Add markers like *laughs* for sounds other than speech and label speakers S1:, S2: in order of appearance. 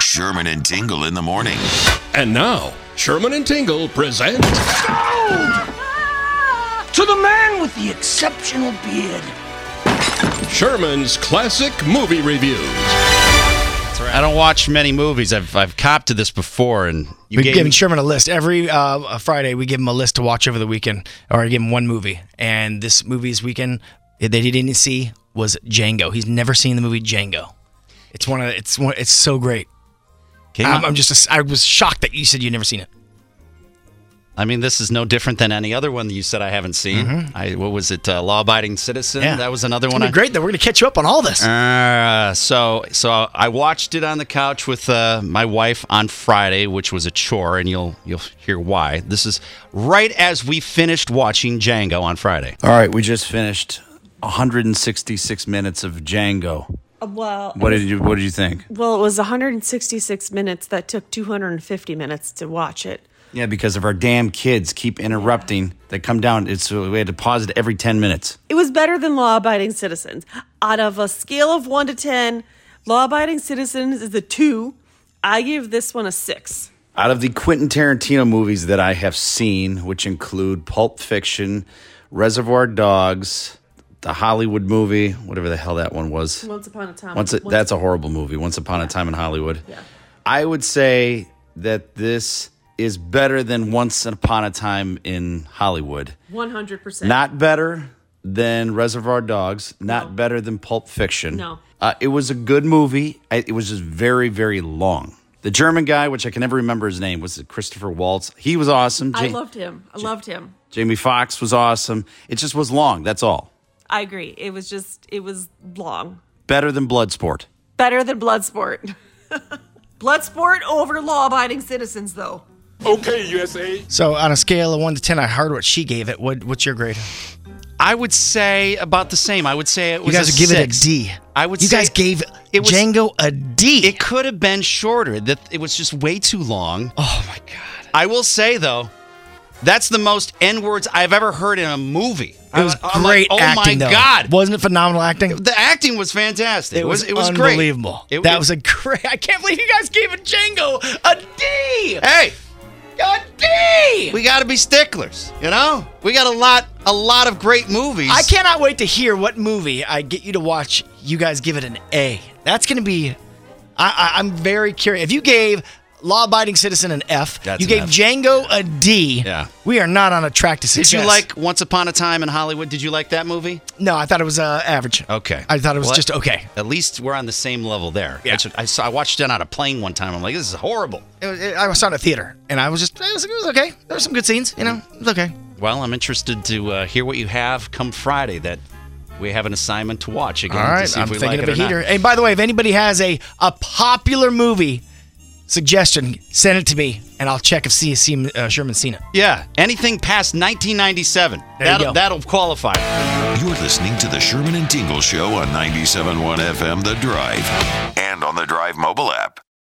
S1: Sherman and Tingle in the morning.
S2: And now, Sherman and Tingle present.
S3: To the man with the exceptional beard.
S2: Sherman's Classic Movie Reviews.
S4: I don't watch many movies. I've I've copped to this before, and you
S5: We've
S4: gave
S5: given
S4: me-
S5: Sherman a list every uh, Friday. We give him a list to watch over the weekend, or I give him one movie. And this movie's weekend that he didn't see was Django. He's never seen the movie Django. It's one of the, it's one, it's so great.
S4: came
S5: I'm,
S4: out-
S5: I'm just I was shocked that you said you'd never seen it.
S4: I mean, this is no different than any other one that you said I haven't seen.
S6: Mm-hmm.
S4: I what was it? Uh, Law Abiding Citizen. That was another
S5: It's
S4: one.
S5: gonna
S4: I,
S5: be great that we're gonna catch you up on all this.
S4: Uh, so so I watched it on the couch with uh, my wife on Friday, which was a chore, and you'll you'll hear why. This is right as we finished watching Django on Friday.
S6: All right, we just finished 166 minutes of Django.
S7: Well,
S6: What did you What did you think?
S7: well, it was 166 minutes that took 250 minutes to watch it.
S6: Yeah, because of our damn kids keep interrupting. They come down. It's uh, we had to pause it every 10 minutes.
S7: It was better than Law Abiding Citizens. Out of a scale of 1 to 10, Law Abiding Citizens is a 2. I give this one a 6.
S6: Out of the Quentin Tarantino movies that I have seen, which include Pulp Fiction, Reservoir Dogs, the Hollywood movie, whatever the hell that one was.
S7: Once upon a time.
S6: Once a, that's a horrible movie. Once upon a time in Hollywood.
S7: Yeah.
S6: I would say that this is better than Once Upon a Time in Hollywood.
S7: 100%.
S6: Not better than Reservoir Dogs. Not better than Pulp Fiction.
S7: No.
S6: Uh, it was a good movie. I, it was just very, very long. The German guy, which I can never remember his name, was it Christopher Waltz? He was awesome.
S7: I
S6: Ja-
S7: loved him. I loved him.
S6: Jamie Foxx was awesome. It just was long. That's all.
S7: I agree. It was just, it was long.
S6: Better than Bloodsport.
S7: Better than Bloodsport. *laughs* Bloodsport over Law Abiding Citizens, though.
S2: Okay, USA.
S5: So on a scale of one to ten, I heard what she gave it. What what's your grade?
S4: I would say about the same. I would say it
S5: You
S4: was.
S5: guys
S4: a
S5: would give it
S4: six.
S5: a D.
S4: I would.
S5: You
S4: say
S5: guys gave
S4: it was-
S5: Django a D.
S4: It could have been shorter. That it was just way too long.
S5: oh my god.
S4: I will say though, that's the most N words I've ever heard in a movie.
S5: It was
S4: I'm like,
S5: great
S4: oh
S5: acting
S4: my
S5: though.
S4: God.
S5: Wasn't it phenomenal acting?
S4: the acting was fantastic.
S5: It was,
S4: it was great.
S5: unbelievable.
S4: It-
S5: that
S4: it-
S5: was a great. I can't believe you guys gave a Django a D.
S4: Hey,
S5: A D.
S4: we got to be sticklers, you know? We got a lot a lot of great movies.
S5: I cannot wait to hear what movie I get you to watch. You guys give it an A. That's gonna be. I, I, I'm very curious. If you gave Law Abiding Citizen an F,
S4: That's
S5: you
S4: an
S5: gave
S4: F.
S5: Django a D.
S4: Yeah.
S5: We are not on a track to
S4: Did
S5: success.
S4: you like Once Upon a Time in Hollywood? Did you like that movie?
S5: No, I thought it was uh, average.
S4: Okay.
S5: I thought it was
S4: Well,
S5: just okay.
S4: At least we're on the same level there.
S5: Yeah.
S4: Which I saw I watched it on a plane one time. I'm like, this is horrible.
S5: It was, it, I was on a theater, and I was just. It was, it was okay. There were some good scenes. You know, it was okay.
S4: Well, I'm interested to uh, hear what you have come Friday that we have an assignment to watch again.
S5: All
S4: to
S5: right,
S4: see if
S5: I'm
S4: we
S5: thinking
S4: like
S5: of a
S4: it or not.
S5: heater. And by the way, if anybody has a, a popular movie suggestion, send it to me, and I'll check if see, see uh, Sherman's seen it.
S4: Yeah, anything past 1997.
S5: There you
S4: that'll,
S5: go.
S4: that'll qualify.
S1: You're listening to the Sherman and Tingle Show on 97.1 FM The Drive and on the Drive mobile app.